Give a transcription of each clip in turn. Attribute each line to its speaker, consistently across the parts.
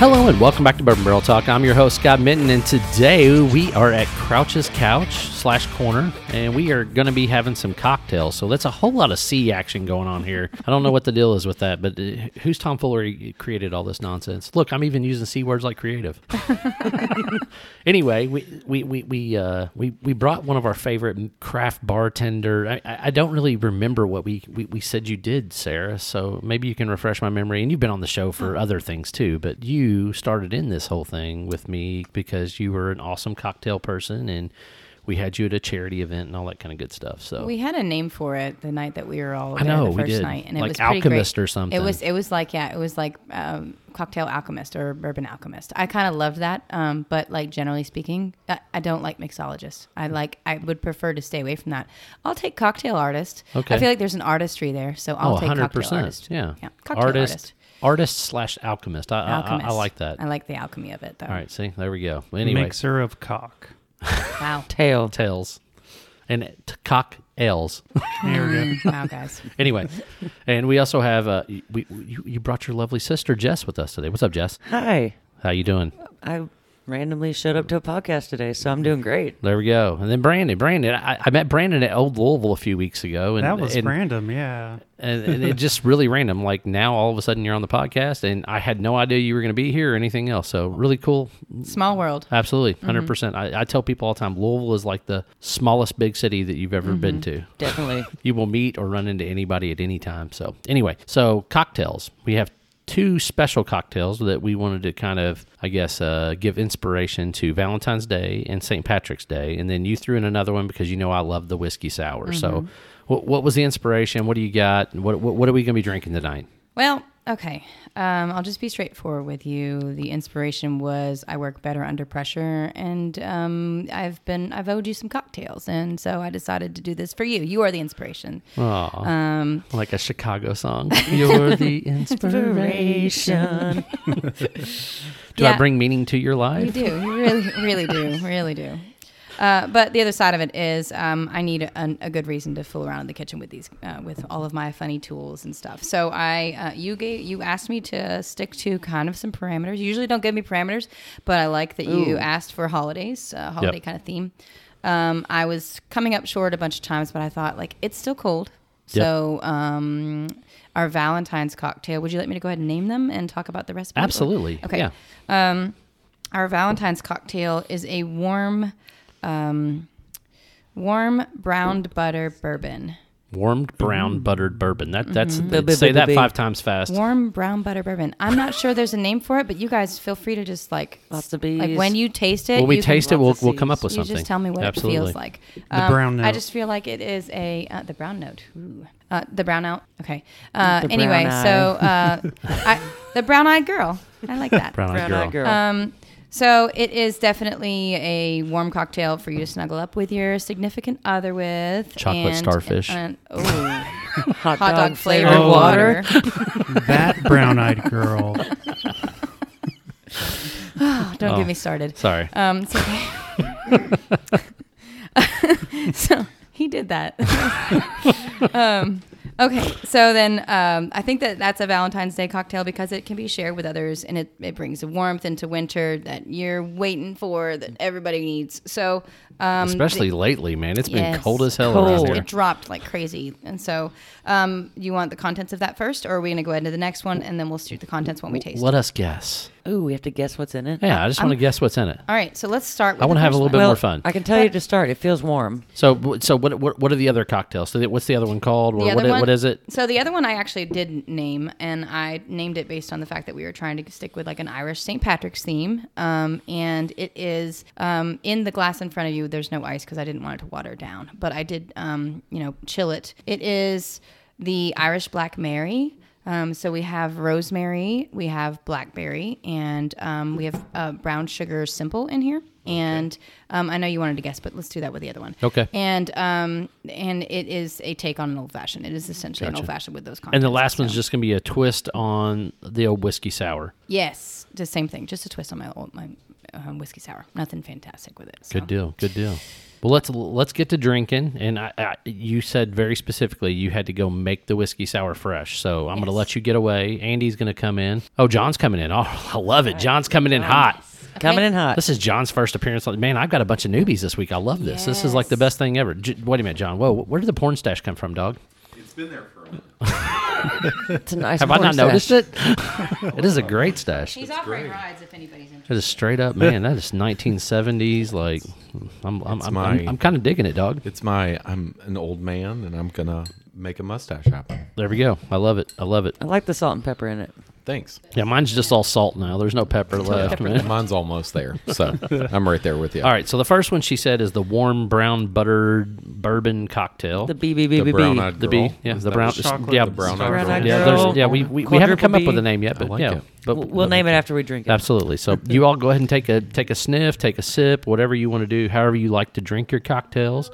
Speaker 1: Hello and welcome back to Bourbon Barrel Talk. I'm your host Scott Minton, and today we are at Crouch's Couch slash Corner, and we are going to be having some cocktails. So that's a whole lot of sea action going on here. I don't know what the deal is with that, but uh, whose tomfoolery created all this nonsense? Look, I'm even using c words like creative. anyway, we we we we, uh, we we brought one of our favorite craft bartender. I, I I don't really remember what we, we we said you did, Sarah. So maybe you can refresh my memory. And you've been on the show for other things too, but you started in this whole thing with me because you were an awesome cocktail person, and we had you at a charity event and all that kind of good stuff. So
Speaker 2: We had a name for it the night that we were all
Speaker 1: Oh. I
Speaker 2: there
Speaker 1: know,
Speaker 2: the
Speaker 1: we
Speaker 2: first
Speaker 1: did.
Speaker 2: night, and
Speaker 1: Like
Speaker 2: it was pretty
Speaker 1: Alchemist
Speaker 2: great.
Speaker 1: or something.
Speaker 2: It was it was like yeah, it was like um, cocktail alchemist or bourbon alchemist. I kind of loved that, um, but like generally speaking, I, I don't like mixologists. I like I would prefer to stay away from that. I'll take cocktail artist.
Speaker 1: Okay.
Speaker 2: I feel like there's an artistry there, so I'll
Speaker 1: oh,
Speaker 2: take
Speaker 1: hundred
Speaker 2: cocktail
Speaker 1: percent,
Speaker 2: artist.
Speaker 1: yeah,
Speaker 2: yeah, cocktail
Speaker 1: artist,
Speaker 2: artist.
Speaker 1: artist slash alchemist. I, I- I, I
Speaker 2: Alchemist.
Speaker 1: like that.
Speaker 2: I like the alchemy of it, though.
Speaker 1: all right, see, there we go. Anyway,
Speaker 3: Mixer of cock.
Speaker 2: Wow.
Speaker 4: Tail.
Speaker 1: tails and t- cock L's.
Speaker 3: There we
Speaker 4: Mm.
Speaker 3: go.
Speaker 2: wow, guys.
Speaker 1: anyway, and we also have uh, y- we, you, you brought your lovely sister Jess with us today. What's up, Jess?
Speaker 4: Hi.
Speaker 1: How you doing?
Speaker 4: I randomly showed up to a podcast today, so I'm doing great.
Speaker 1: There we go. And then Brandon, Brandon, I, I met Brandon at Old Louisville a few weeks ago, and
Speaker 3: That was
Speaker 1: and,
Speaker 3: random, yeah.
Speaker 1: and, and it just really random. Like now, all of a sudden, you're on the podcast, and I had no idea you were going to be here or anything else. So really cool.
Speaker 2: Small world.
Speaker 1: Absolutely, 100 percent. I, I tell people all the time, Louisville is like the smallest big city that you've ever been to.
Speaker 4: Definitely.
Speaker 1: you will meet or run into anybody at any time. So, anyway, so cocktails. We have two special cocktails that we wanted to kind of, I guess, uh, give inspiration to Valentine's Day and St. Patrick's Day. And then you threw in another one because you know I love the whiskey sour. So, what, what was the inspiration? What do you got? What, what, what are we going to be drinking tonight?
Speaker 2: Well, okay. Um, I'll just be straightforward with you. The inspiration was I work better under pressure, and um, I've been I've owed you some cocktails, and so I decided to do this for you. You are the inspiration.
Speaker 1: Aw,
Speaker 2: Um,
Speaker 1: like a Chicago song. You're the
Speaker 4: Inspiration.
Speaker 1: Do I
Speaker 2: Yeah.
Speaker 1: bring meaning to your
Speaker 2: you
Speaker 1: life?
Speaker 2: do. You really, really do. Really do. Uh, but the other side of it is, um, I need a, a good reason to fool around in the kitchen with these, uh, with all of my funny tools and stuff. So I, uh, you gave, you asked me to stick to kind of some parameters. You usually don't give me parameters, but I like that you asked for holidays, uh, holiday kind of theme. Um, I was coming up short a bunch of times, but I thought like it's still cold,
Speaker 1: Yep.
Speaker 2: so um, our Valentine's cocktail. Would you let me to go ahead and name them and talk about the recipe?
Speaker 1: Absolutely.
Speaker 2: Okay.
Speaker 1: Yeah.
Speaker 2: Um, our Valentine's cocktail is a warm, um, warm browned butter bourbon.
Speaker 1: Warmed
Speaker 2: Mm-hmm.
Speaker 1: brown buttered bourbon. That that's
Speaker 4: Bub-
Speaker 1: say
Speaker 4: bub-
Speaker 1: that
Speaker 4: bub-
Speaker 1: five times fast.
Speaker 2: Warm brown butter bourbon. I'm not sure there's a name for it, but you guys feel free to just like
Speaker 4: Lots
Speaker 2: Like
Speaker 4: of bees.
Speaker 2: when you taste it,
Speaker 1: When we
Speaker 2: you can-
Speaker 1: taste it, we'll,
Speaker 4: lots of
Speaker 1: we'll come up
Speaker 4: seeds.
Speaker 1: with
Speaker 2: you
Speaker 1: something.
Speaker 2: just tell me what
Speaker 1: Absolutely.
Speaker 2: it feels like. Um,
Speaker 3: The brown
Speaker 2: I
Speaker 3: note.
Speaker 2: just feel like it is a uh, the brown note. Ooh. Uh, the brown out. Okay. Uh,
Speaker 4: The
Speaker 2: anyway,
Speaker 4: brown
Speaker 2: so uh, I, the brown-eyed girl. I like that.
Speaker 1: Brown eyed
Speaker 4: Brown
Speaker 1: girl.
Speaker 4: eyed girl.
Speaker 2: Um, so it is definitely a warm cocktail for you to snuggle up with your significant other with
Speaker 1: Chocolate starfish.
Speaker 2: and- oh, hot
Speaker 4: hot,
Speaker 2: dog flavored
Speaker 3: flavored
Speaker 4: Oh,
Speaker 2: water.
Speaker 3: That brown eyed girl.
Speaker 2: Oh, don't
Speaker 1: Oh.
Speaker 2: get me started.
Speaker 1: Sorry.
Speaker 2: Um, it's okay. so he did that. um, okay, so then um, I think that that's a Valentine's Day cocktail because it can be shared with others and it, it brings the warmth into winter that you're waiting for, that everybody needs. So, um,
Speaker 1: Especially lately, man. It's been
Speaker 2: Yes.
Speaker 1: cold as hell
Speaker 4: Cold.
Speaker 1: around here.
Speaker 2: It dropped like crazy. And so, um, you want the contents of that first, or are we going to go into the next one and then we'll shoot the contents when we taste? Uh,
Speaker 1: Let us guess.
Speaker 4: Ooh, we have to guess what's in it.
Speaker 1: Yeah, I just want to guess what's in it.
Speaker 2: All right, so let's start. With
Speaker 1: I want to
Speaker 2: the
Speaker 1: have a
Speaker 2: first
Speaker 1: little bit
Speaker 2: one.
Speaker 1: more fun.
Speaker 4: I can tell you to start. It feels warm.
Speaker 1: So, w- so what, what? What are the other cocktails? So, that- what's the other one called? Or
Speaker 2: The
Speaker 1: what,
Speaker 2: other
Speaker 1: i-
Speaker 2: one-
Speaker 1: what is it?
Speaker 2: So the other one I actually did name, and I named it based on the fact that we were trying to stick with like an Irish St. Patrick's theme. Um, and it is um, in the glass in front of you. There's no ice because I didn't want it to water down, but I did, um, you know, chill it. It is the Irish Black Mary. Um, so we have rosemary, we have blackberry, and um, we have uh, brown sugar simple in here. And um, I know you wanted to guess, but let's do that with the other one.
Speaker 1: Okay.
Speaker 2: And um, and it is a take on an old fashioned. It is essentially an old fashioned with those. Contents.
Speaker 1: And the last one's
Speaker 2: So-
Speaker 1: just going to be a twist on the old whiskey sour.
Speaker 2: yes, the same thing, just a twist on my old my um, whiskey sour. Nothing fantastic with it. So.
Speaker 1: Good deal. Good deal. Well, let's let's get to drinking. And I, I, you said very specifically you had to go make the whiskey sour fresh. So I'm going to
Speaker 2: Yes.
Speaker 1: let you get away. Andy's going to come in. Oh, John's coming in. Oh, I love it. John's coming in hot.
Speaker 4: Coming in hot.
Speaker 1: This is John's first appearance. Like, Man, I've got a bunch of newbies this week. I love this. This is like the
Speaker 2: Yes.
Speaker 1: best thing ever. J- wait a minute, John. Whoa, where did the porn stash come from, dog?
Speaker 5: It's been there for a while.
Speaker 4: It's a nice
Speaker 1: Have I not
Speaker 4: porn stash.
Speaker 1: noticed it? it is a great stash.
Speaker 2: He's offering rides if anybody's interested.
Speaker 1: That is straight up, man. That is 1970s. Like, I'm, I'm, I'm,
Speaker 5: my-
Speaker 1: I'm, I'm kind of digging it, dog.
Speaker 5: It's my I'm an old man and I'm gonna make a mustache happen.
Speaker 1: There we go. I love it. I love it.
Speaker 4: I like the salt and pepper in it.
Speaker 5: Thanks.
Speaker 1: Yeah, mine's just all salt now. There's no pepper left, man.
Speaker 5: Mine's almost there, so I'm right there with you.
Speaker 1: All right, so the first one she said is the warm brown buttered bourbon cocktail.
Speaker 4: The BBBBB.
Speaker 5: brown-eyed-
Speaker 1: the B,
Speaker 5: girl.
Speaker 1: yeah,
Speaker 5: Is
Speaker 1: the
Speaker 5: that
Speaker 1: brown,
Speaker 5: what
Speaker 3: it's called?
Speaker 1: yeah,
Speaker 3: The
Speaker 5: brown
Speaker 1: yeah,
Speaker 5: eyed
Speaker 4: Brown-eyed
Speaker 5: girl.
Speaker 1: yeah, there's,
Speaker 4: girl.
Speaker 1: yeah. We, we, we haven't come up
Speaker 4: Quadruple
Speaker 1: with a
Speaker 4: B.
Speaker 1: name yet, but
Speaker 5: like
Speaker 1: yeah,
Speaker 5: it.
Speaker 1: but
Speaker 4: We'll, we'll name it after we drink it.
Speaker 1: Absolutely. So you all go ahead and take a take a sniff, take a sip, whatever you want to do, however you like to drink your cocktails,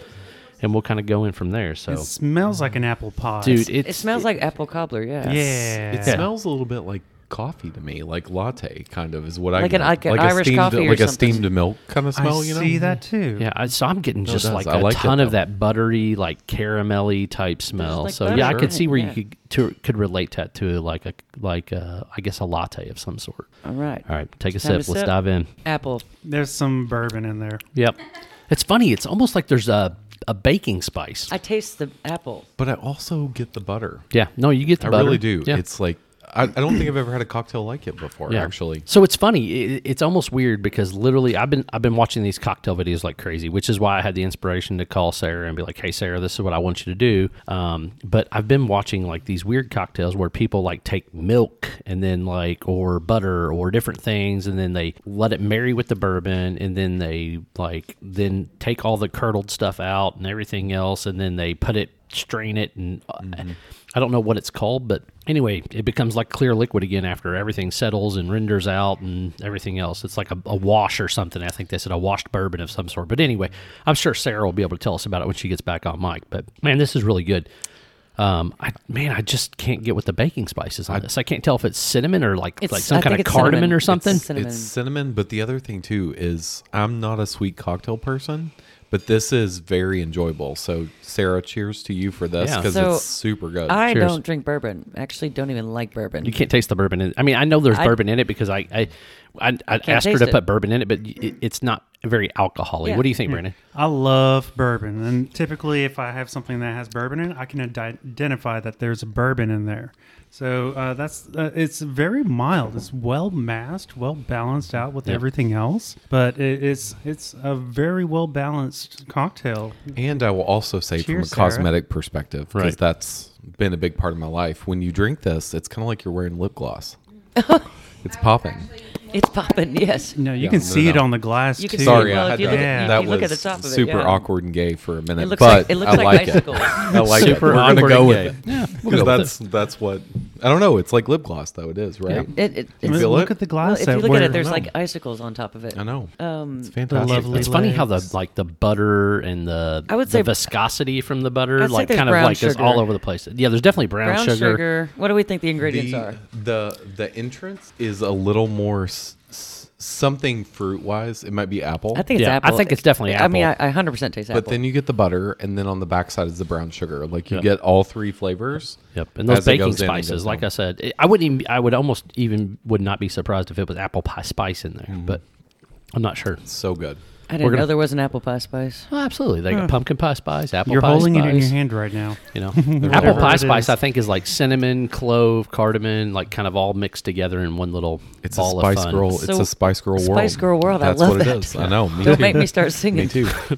Speaker 1: and we'll kind of go in from there. So,
Speaker 3: It smells like an apple pie.
Speaker 1: dude, it's,
Speaker 4: It smells like apple cobbler, yeah.
Speaker 3: Yeah.
Speaker 5: It smells a little bit like coffee to me, like latte kind of is what I
Speaker 4: Like
Speaker 5: get.
Speaker 4: an- like an
Speaker 5: a
Speaker 4: Irish
Speaker 5: steamed,
Speaker 4: coffee or
Speaker 5: like a
Speaker 4: something.
Speaker 5: steamed milk kind of
Speaker 3: I
Speaker 5: smell. you know,
Speaker 3: see that too.
Speaker 1: Yeah, I, so I'm getting just
Speaker 5: does.
Speaker 1: like
Speaker 5: I
Speaker 1: a
Speaker 5: liked it,
Speaker 1: ton of
Speaker 5: though.
Speaker 1: that buttery, like caramelly type smell.
Speaker 4: like
Speaker 1: so
Speaker 4: butter,
Speaker 1: yeah, I
Speaker 5: right?
Speaker 1: could see where
Speaker 4: Yeah.
Speaker 1: you could to, could relate that to like a like a, I guess a latte of some sort.
Speaker 4: All right.
Speaker 1: All right, take a
Speaker 4: Time
Speaker 1: sip.
Speaker 4: to
Speaker 1: Let's
Speaker 4: sip.
Speaker 1: dive in.
Speaker 4: Apple.
Speaker 3: There's some bourbon in there.
Speaker 1: Yep, it's funny. It's almost like there's a a baking spice.
Speaker 4: I taste the apple.
Speaker 5: but I also get the butter.
Speaker 1: yeah, no, you get the
Speaker 5: I
Speaker 1: butter.
Speaker 5: really do.
Speaker 1: Yeah.
Speaker 5: It's like I, I don't think I've ever had a cocktail like it before.
Speaker 1: Yeah.
Speaker 5: Actually,
Speaker 1: So it's funny. It, it's almost weird because literally, I've been I've been watching these cocktail videos like crazy, which is why I had the inspiration to call Sarah and be like, "Hey, Sarah, this is what I want you to do." Um, but I've been watching like these weird cocktails where people like take milk and then like or butter or different things, and then they let it marry with the bourbon, and then they like then take all the curdled stuff out and everything else, and then they put it strain it and uh,
Speaker 5: Mm-hmm.
Speaker 1: I don't know what it's called, but anyway, it becomes like clear liquid again after everything settles and renders out and everything else. It's like a, a wash or something. I think they said a washed bourbon of some sort. But anyway, I'm sure Sarah will be able to tell us about it when she gets back on mic. But man, this is really good. Um, I man, I just can't get with the baking spices on this. I can't tell if it's cinnamon or like
Speaker 4: It's-
Speaker 1: like some
Speaker 4: I
Speaker 1: kind
Speaker 4: think
Speaker 1: of
Speaker 4: it's
Speaker 1: cardamom
Speaker 4: cinnamon.
Speaker 1: or
Speaker 4: It's
Speaker 1: something.
Speaker 4: cinnamon.
Speaker 5: It's cinnamon, but the other thing too is I'm not a sweet cocktail person, but this is very enjoyable. So Sarah, cheers to you for this
Speaker 1: Yeah.
Speaker 5: because
Speaker 4: So,
Speaker 5: it's super good.
Speaker 4: I
Speaker 1: Cheers.
Speaker 4: don't drink bourbon. Actually, don't even like bourbon.
Speaker 1: You can't taste the bourbon. In it. I mean, I know there's
Speaker 4: I-
Speaker 1: bourbon in it because I I, I, I asked her
Speaker 4: taste
Speaker 1: to
Speaker 4: it.
Speaker 1: put bourbon in it, but it, it's not very alcoholic.
Speaker 4: Yeah.
Speaker 1: What do you think, Brandon?
Speaker 3: I love bourbon, and typically, if I have something that has bourbon in, it, I can ad- identify that there's a bourbon in there. So uh, that's uh, it's very mild. It's well masked, well balanced out with
Speaker 1: Yeah.
Speaker 3: everything else, but it, it's it's a very well balanced cocktail.
Speaker 5: and I will also say
Speaker 3: Cheers,
Speaker 5: from
Speaker 3: Sarah.
Speaker 5: a cosmetic perspective, because
Speaker 1: Right.
Speaker 5: that's been a big part of my life. When you drink this, it's kind of like you're wearing lip gloss. it's popping.
Speaker 4: It's popping, yes.
Speaker 3: No, you
Speaker 5: Yeah,
Speaker 3: can
Speaker 5: no,
Speaker 3: see it
Speaker 5: no.
Speaker 3: on the glass
Speaker 4: You can
Speaker 3: too.
Speaker 4: see
Speaker 5: Sorry,
Speaker 4: well,
Speaker 5: I
Speaker 4: if
Speaker 5: had
Speaker 4: you
Speaker 5: to,
Speaker 3: at-
Speaker 4: look
Speaker 5: that
Speaker 4: if you look
Speaker 5: was
Speaker 4: at the top of it,
Speaker 5: super
Speaker 4: yeah.
Speaker 5: awkward and gay for a minute.
Speaker 4: It looks
Speaker 5: but
Speaker 4: like it looks
Speaker 5: I
Speaker 4: like
Speaker 5: like
Speaker 4: icicles.
Speaker 5: it. I like
Speaker 1: Super
Speaker 5: it. We're gonna
Speaker 1: awkward
Speaker 5: go
Speaker 1: and
Speaker 5: with
Speaker 1: gay.
Speaker 5: it.
Speaker 1: Yeah, we'll go
Speaker 5: because
Speaker 1: with
Speaker 5: that's that's what I don't know. It's like lip gloss though. It is right.
Speaker 4: It, it,
Speaker 5: You
Speaker 4: it's-
Speaker 5: feel
Speaker 3: look
Speaker 5: it?
Speaker 3: at the
Speaker 4: well,
Speaker 3: glass.
Speaker 4: if you look
Speaker 3: where-
Speaker 4: at it, there's
Speaker 5: No.
Speaker 4: like icicles on top of it.
Speaker 5: I know.
Speaker 4: Um,
Speaker 5: it's fantastic.
Speaker 3: lovely
Speaker 1: It's funny how the like the butter and the
Speaker 4: I would
Speaker 1: the
Speaker 4: say-
Speaker 1: viscosity from the butter
Speaker 4: I'd say
Speaker 1: like
Speaker 4: there's
Speaker 1: kind of
Speaker 4: brown
Speaker 1: like is all
Speaker 4: sugar.
Speaker 1: over the place. Yeah, there's definitely brown,
Speaker 4: brown sugar.
Speaker 1: sugar.
Speaker 4: What do we think the ingredients are?
Speaker 5: the, the the entrance is a little more s- s- something fruit wise. It might be apple.
Speaker 4: I think it's
Speaker 1: Yeah, I
Speaker 4: apple.
Speaker 1: think it's definitely
Speaker 4: I mean,
Speaker 1: apple.
Speaker 4: I, I 100% taste apple.
Speaker 5: but then you get the butter, and then on the backside is the brown sugar. Like you get all three flavors.
Speaker 1: Yep, and those
Speaker 5: as it
Speaker 1: baking
Speaker 5: goes in and
Speaker 1: spices,
Speaker 5: goes
Speaker 1: like I
Speaker 5: down.
Speaker 1: said, it- I wouldn't even I would almost even would not be surprised if it was apple pie spice in there, but I'm not sure.
Speaker 5: so good.
Speaker 4: I didn't
Speaker 1: gonna-
Speaker 4: know there was an apple pie spice.
Speaker 1: Oh, absolutely, they got pumpkin pie spice, apple
Speaker 3: you're
Speaker 1: pie
Speaker 3: holding
Speaker 1: spice.
Speaker 3: it in your hand right now.
Speaker 1: You know,
Speaker 3: Whatever
Speaker 1: apple pie
Speaker 3: it
Speaker 1: spice
Speaker 3: is.
Speaker 1: I think is like cinnamon, clove, cardamom, like kind of all mixed together in one little
Speaker 5: It's
Speaker 1: ball
Speaker 5: a Spice
Speaker 1: of fun.
Speaker 5: Girl. it's
Speaker 4: So-
Speaker 5: a Spice Girl world.
Speaker 4: Spice Girl world, I
Speaker 5: That's
Speaker 4: love
Speaker 5: what
Speaker 4: that.
Speaker 5: it is. I know. Me
Speaker 4: Don't
Speaker 5: too.
Speaker 4: make me start singing.
Speaker 5: Me too. I'm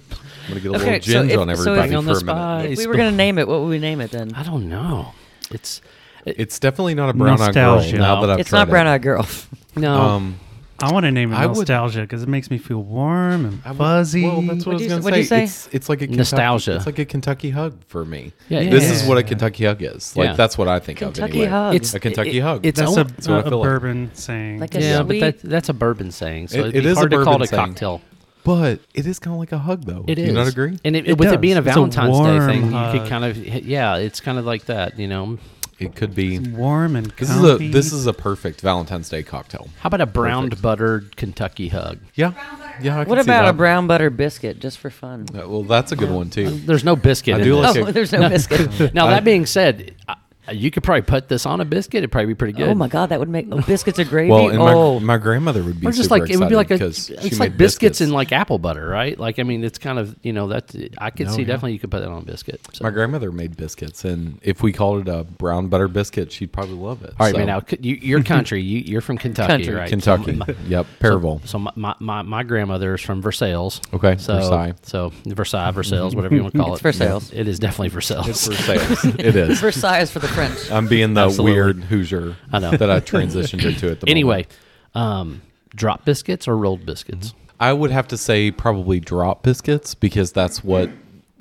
Speaker 5: gonna get a
Speaker 4: Okay,
Speaker 5: little
Speaker 4: so
Speaker 5: ginge
Speaker 4: if-
Speaker 5: on
Speaker 4: so if-
Speaker 5: everybody
Speaker 1: Bring on the
Speaker 5: for a minute.
Speaker 1: spice.
Speaker 4: Uh, If we were going to name it, what would we name it then?
Speaker 1: I don't know. It's
Speaker 5: It's definitely not a brown eyed girl.
Speaker 3: Nostalgia.
Speaker 5: Now that I've
Speaker 4: It's not
Speaker 5: tried it.
Speaker 4: brown eyed girl.
Speaker 1: no.
Speaker 5: Um,
Speaker 3: I want to name it
Speaker 5: I would-
Speaker 3: nostalgia because it makes me feel warm and
Speaker 5: I would-
Speaker 3: fuzzy.
Speaker 5: Well, that's what,
Speaker 4: What'd you s-
Speaker 5: I
Speaker 4: what'd
Speaker 5: was going
Speaker 4: you
Speaker 5: to
Speaker 4: say?
Speaker 5: say. It's, it's like a Kentucky-
Speaker 1: Nostalgia.
Speaker 5: it's like a Kentucky hug for me.
Speaker 1: Yeah, it
Speaker 5: this
Speaker 1: is.
Speaker 5: is what a Kentucky hug is. Like
Speaker 1: Yeah.
Speaker 5: that's what I think of.
Speaker 4: Kentucky
Speaker 5: Anyway.
Speaker 4: hug.
Speaker 1: It's-
Speaker 5: A Kentucky
Speaker 1: it-
Speaker 5: hug.
Speaker 1: it's
Speaker 3: that's
Speaker 1: al-
Speaker 3: a,
Speaker 5: That's what I
Speaker 3: a
Speaker 5: feel like.
Speaker 3: bourbon saying.
Speaker 4: Like a
Speaker 1: yeah,
Speaker 4: sweet,
Speaker 1: but that, that's a bourbon saying, so
Speaker 5: It-
Speaker 1: it'd
Speaker 5: it
Speaker 1: be
Speaker 5: is a
Speaker 1: hard to call
Speaker 5: bourbon
Speaker 1: it a
Speaker 5: saying.
Speaker 1: cocktail.
Speaker 5: but it is kind of like a hug though.
Speaker 1: It
Speaker 5: Do
Speaker 1: is.
Speaker 5: You not agree?
Speaker 1: And it,
Speaker 3: It
Speaker 1: with it
Speaker 3: does.
Speaker 1: being a
Speaker 3: It's a
Speaker 1: Valentine's Day
Speaker 3: warm
Speaker 1: thing, you
Speaker 3: hug.
Speaker 1: could kind of yeah, it's kind of like that, you know.
Speaker 5: It could be.
Speaker 3: It's warm and
Speaker 5: This is a
Speaker 3: comfy.
Speaker 5: this is a perfect Valentine's Day cocktail.
Speaker 1: How about a browned buttered Kentucky hug?
Speaker 5: Yeah, yeah. I can
Speaker 4: What
Speaker 5: see
Speaker 4: about
Speaker 5: that.
Speaker 4: a brown butter biscuit just for fun?
Speaker 5: Uh, Well, that's a good one too.
Speaker 1: There's no biscuit.
Speaker 5: I
Speaker 1: in
Speaker 5: do
Speaker 1: this. Oh,
Speaker 5: like
Speaker 4: Oh,
Speaker 5: Okay.
Speaker 4: there's no biscuit.
Speaker 1: Now that being said, I, you could probably put this on a biscuit. It'd probably be pretty good.
Speaker 4: Oh my god, that would make oh, biscuits are gravy.
Speaker 5: Well, and my,
Speaker 4: oh,
Speaker 5: my grandmother would be
Speaker 1: Or just
Speaker 5: super
Speaker 1: like it would be
Speaker 5: excited
Speaker 1: like a,
Speaker 5: because
Speaker 1: it's
Speaker 5: she
Speaker 1: like
Speaker 5: made
Speaker 1: biscuits, and like apple butter, right? Like I mean, it's kind of you know that I could
Speaker 5: No,
Speaker 1: see
Speaker 5: yeah.
Speaker 1: definitely you could put that on a biscuit. So.
Speaker 5: my grandmother made biscuits, and if we called it a brown butter biscuit, she'd probably love it.
Speaker 1: All right,
Speaker 5: So,
Speaker 1: man. Now c- you, your country, you, you're from Kentucky,
Speaker 4: Country.
Speaker 1: right?
Speaker 5: Kentucky.
Speaker 1: So, my-
Speaker 5: yep, Perivale.
Speaker 1: so my, my, my, my grandmother is from Versailles.
Speaker 5: Okay,
Speaker 1: so,
Speaker 5: Versailles.
Speaker 1: So Versailles, Versailles, whatever you want to call
Speaker 4: It's
Speaker 1: it.
Speaker 4: Versailles.
Speaker 1: It is definitely Versailles.
Speaker 5: It's for sales. it is.
Speaker 4: Versailles for the French.
Speaker 5: I'm being the
Speaker 1: Absolutely.
Speaker 5: weird Hoosier
Speaker 1: I know.
Speaker 5: that I transitioned into at the moment.
Speaker 1: anyway, um, drop biscuits or rolled biscuits.
Speaker 5: I would have to say probably drop biscuits because that's what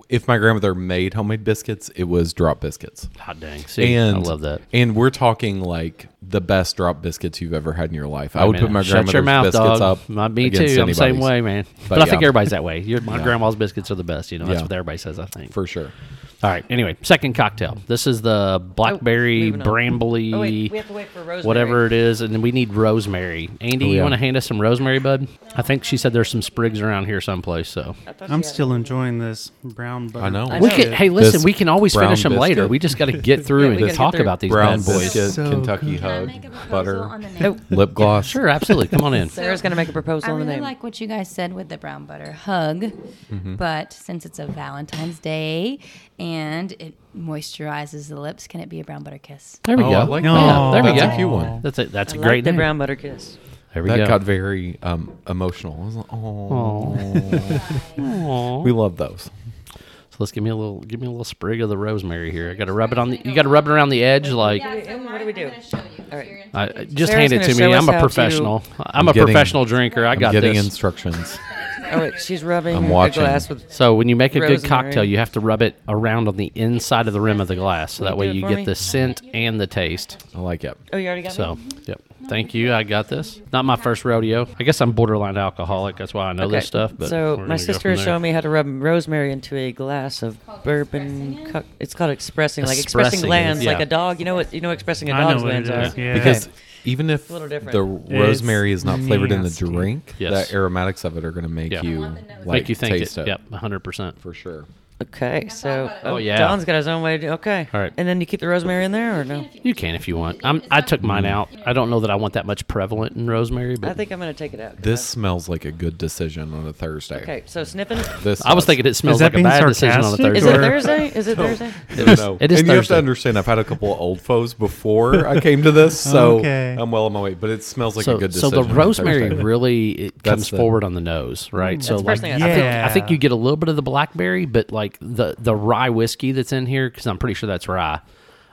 Speaker 5: if my grandmother made homemade biscuits, it was drop biscuits.
Speaker 1: Hot dang! See,
Speaker 5: and
Speaker 1: I love that.
Speaker 5: And we're talking like the best drop biscuits you've ever had in your life. I
Speaker 1: Wait a
Speaker 5: would put
Speaker 1: minute.
Speaker 5: my
Speaker 1: Shut
Speaker 5: grandmother's
Speaker 1: your mouth,
Speaker 5: biscuits
Speaker 1: dog.
Speaker 5: up.
Speaker 1: My- me too.
Speaker 5: against
Speaker 1: I'm the same
Speaker 5: anybody's,
Speaker 1: way, man. But,
Speaker 5: But
Speaker 1: I think
Speaker 5: yeah.
Speaker 1: everybody's that way. Your, my
Speaker 5: Yeah.
Speaker 1: grandma's biscuits are the best. You know, that's
Speaker 5: Yeah.
Speaker 1: what everybody says. I think.
Speaker 5: for sure.
Speaker 1: All right. Anyway, second cocktail. This is the blackberry,
Speaker 4: moving Oh, on.
Speaker 1: brambly,
Speaker 4: Oh, wait, we have to wait for rosemary.
Speaker 1: whatever it is, and then we need rosemary. Andy,
Speaker 5: Oh,
Speaker 1: you
Speaker 5: yeah.
Speaker 1: want to hand us some rosemary, bud? I think she said there's some sprigs around here someplace. So
Speaker 3: I'm still enjoying this brown butter.
Speaker 5: I know.
Speaker 4: I
Speaker 1: we
Speaker 4: know.
Speaker 1: can. Hey, listen,
Speaker 5: This
Speaker 1: we can always
Speaker 5: brown
Speaker 1: finish them later.
Speaker 5: biscuit.
Speaker 1: We just got to get through
Speaker 4: we
Speaker 1: and
Speaker 4: gotta get
Speaker 1: talk
Speaker 4: through.
Speaker 1: about these
Speaker 5: Brown
Speaker 1: bad boys.
Speaker 5: biscuit,
Speaker 3: So
Speaker 5: Kentucky
Speaker 3: good.
Speaker 2: Can I
Speaker 5: hug,
Speaker 2: make a proposal
Speaker 5: butter,
Speaker 2: on the name?
Speaker 5: lip gloss.
Speaker 1: Sure, absolutely. Come on in.
Speaker 4: Sarah's gonna make a proposal
Speaker 2: I
Speaker 4: on the
Speaker 2: really
Speaker 4: name.
Speaker 2: like what you guys said with the brown butter hug,
Speaker 1: Mm-hmm.
Speaker 2: but since it's a Valentine's Day and it moisturizes the lips, can it be a brown butter kiss?
Speaker 1: There we
Speaker 5: Oh,
Speaker 1: go.
Speaker 5: I like
Speaker 1: Yeah,
Speaker 5: that.
Speaker 1: there we
Speaker 5: That's a
Speaker 1: go.
Speaker 5: cute one.
Speaker 1: That's a, that's
Speaker 4: I
Speaker 1: a
Speaker 4: like
Speaker 1: great
Speaker 4: the
Speaker 1: name.
Speaker 4: brown butter kiss.
Speaker 1: There we
Speaker 5: That
Speaker 1: go.
Speaker 5: got very um, emotional. I was like, "Aw." we love those.
Speaker 1: So let's give me a little give me a little sprig of the rosemary here. I got to rub it on the you got to rub it around the edge like
Speaker 4: What do we do? All right.
Speaker 1: I, I- just
Speaker 4: Sarah's
Speaker 1: hand it to
Speaker 4: gonna
Speaker 1: me.
Speaker 4: show us
Speaker 1: I'm a
Speaker 4: how to-
Speaker 1: professional. I'm,
Speaker 5: I'm
Speaker 1: a
Speaker 5: getting-
Speaker 1: professional drinker. I
Speaker 5: I'm
Speaker 1: got
Speaker 5: getting
Speaker 1: this.
Speaker 5: instructions.
Speaker 4: Oh, wait, she's rubbing
Speaker 5: I'm
Speaker 4: a
Speaker 5: watching.
Speaker 4: glass with.
Speaker 1: so when you make a good
Speaker 4: Rosemary.
Speaker 1: cocktail, you have to rub it around on the inside of the rim of the glass. So that
Speaker 4: you
Speaker 1: way
Speaker 4: do it
Speaker 1: you
Speaker 4: for
Speaker 1: get
Speaker 4: me?
Speaker 1: the scent and the taste.
Speaker 5: I like it.
Speaker 4: Oh, you already got
Speaker 1: So,
Speaker 4: me?
Speaker 1: yep. Thank you. I got this. Not my first rodeo. I guess I'm borderline alcoholic. That's why I know this stuff. But
Speaker 4: so my sister is showing me how to rub rosemary into a glass of bourbon. Co- it's called expressing, like
Speaker 1: Expressing
Speaker 4: expressing
Speaker 1: it,
Speaker 4: glands, like
Speaker 1: yeah.
Speaker 4: a dog. You know what? You know what expressing a
Speaker 3: I know
Speaker 4: dog's
Speaker 3: what it
Speaker 4: glands are.
Speaker 3: is, yeah.
Speaker 5: Because even if
Speaker 4: little
Speaker 5: the
Speaker 4: different.
Speaker 5: rosemary is not flavored
Speaker 3: nasty.
Speaker 5: in the drink,
Speaker 1: Yes.
Speaker 5: the aromatics of it are going to make
Speaker 1: Yeah. I
Speaker 5: you
Speaker 1: want
Speaker 5: like
Speaker 1: Make you think
Speaker 5: taste
Speaker 1: it.
Speaker 5: it.
Speaker 1: Yep, 100%.
Speaker 5: for sure.
Speaker 4: Okay, so
Speaker 1: Oh,
Speaker 4: oh,
Speaker 1: yeah.
Speaker 4: Don's got his own way. To, okay,
Speaker 1: All right.
Speaker 4: And then you keep the rosemary in there, or no?
Speaker 1: You can if you want. I'm, I took
Speaker 5: Mm.
Speaker 1: mine out. I don't know that I want that much prevalent in rosemary, but
Speaker 4: I think I'm gonna take it out. 'cause
Speaker 5: This smells like a good decision on a Thursday.
Speaker 4: I- Okay, so sniffing.
Speaker 5: This
Speaker 1: I was
Speaker 5: does.
Speaker 1: thinking it smells
Speaker 3: Is that
Speaker 1: like a
Speaker 3: being
Speaker 1: bad decision on a
Speaker 3: sarcastic?
Speaker 1: Thursday.
Speaker 4: Is
Speaker 3: Sure.
Speaker 4: it Thursday? Is it Thursday?
Speaker 5: I don't know.
Speaker 1: It is
Speaker 5: and you have to
Speaker 1: Thursday.
Speaker 5: understand, I've had a couple of old foes before I came to this, so
Speaker 3: Okay.
Speaker 5: I'm well on my way. But it smells like
Speaker 1: so,
Speaker 5: a good
Speaker 1: so
Speaker 5: decision.
Speaker 1: the
Speaker 5: on a
Speaker 1: rosemary
Speaker 5: Thursday.
Speaker 1: really it
Speaker 5: That's
Speaker 1: comes
Speaker 5: the- Mm-hmm.
Speaker 1: forward on the nose, right? so
Speaker 4: the
Speaker 1: like,
Speaker 4: first thing I
Speaker 1: I,
Speaker 4: thought.
Speaker 1: think, I think
Speaker 3: Yeah.
Speaker 1: you get a little bit of the blackberry, but like the the rye whiskey that's in here, because I'm pretty sure that's rye,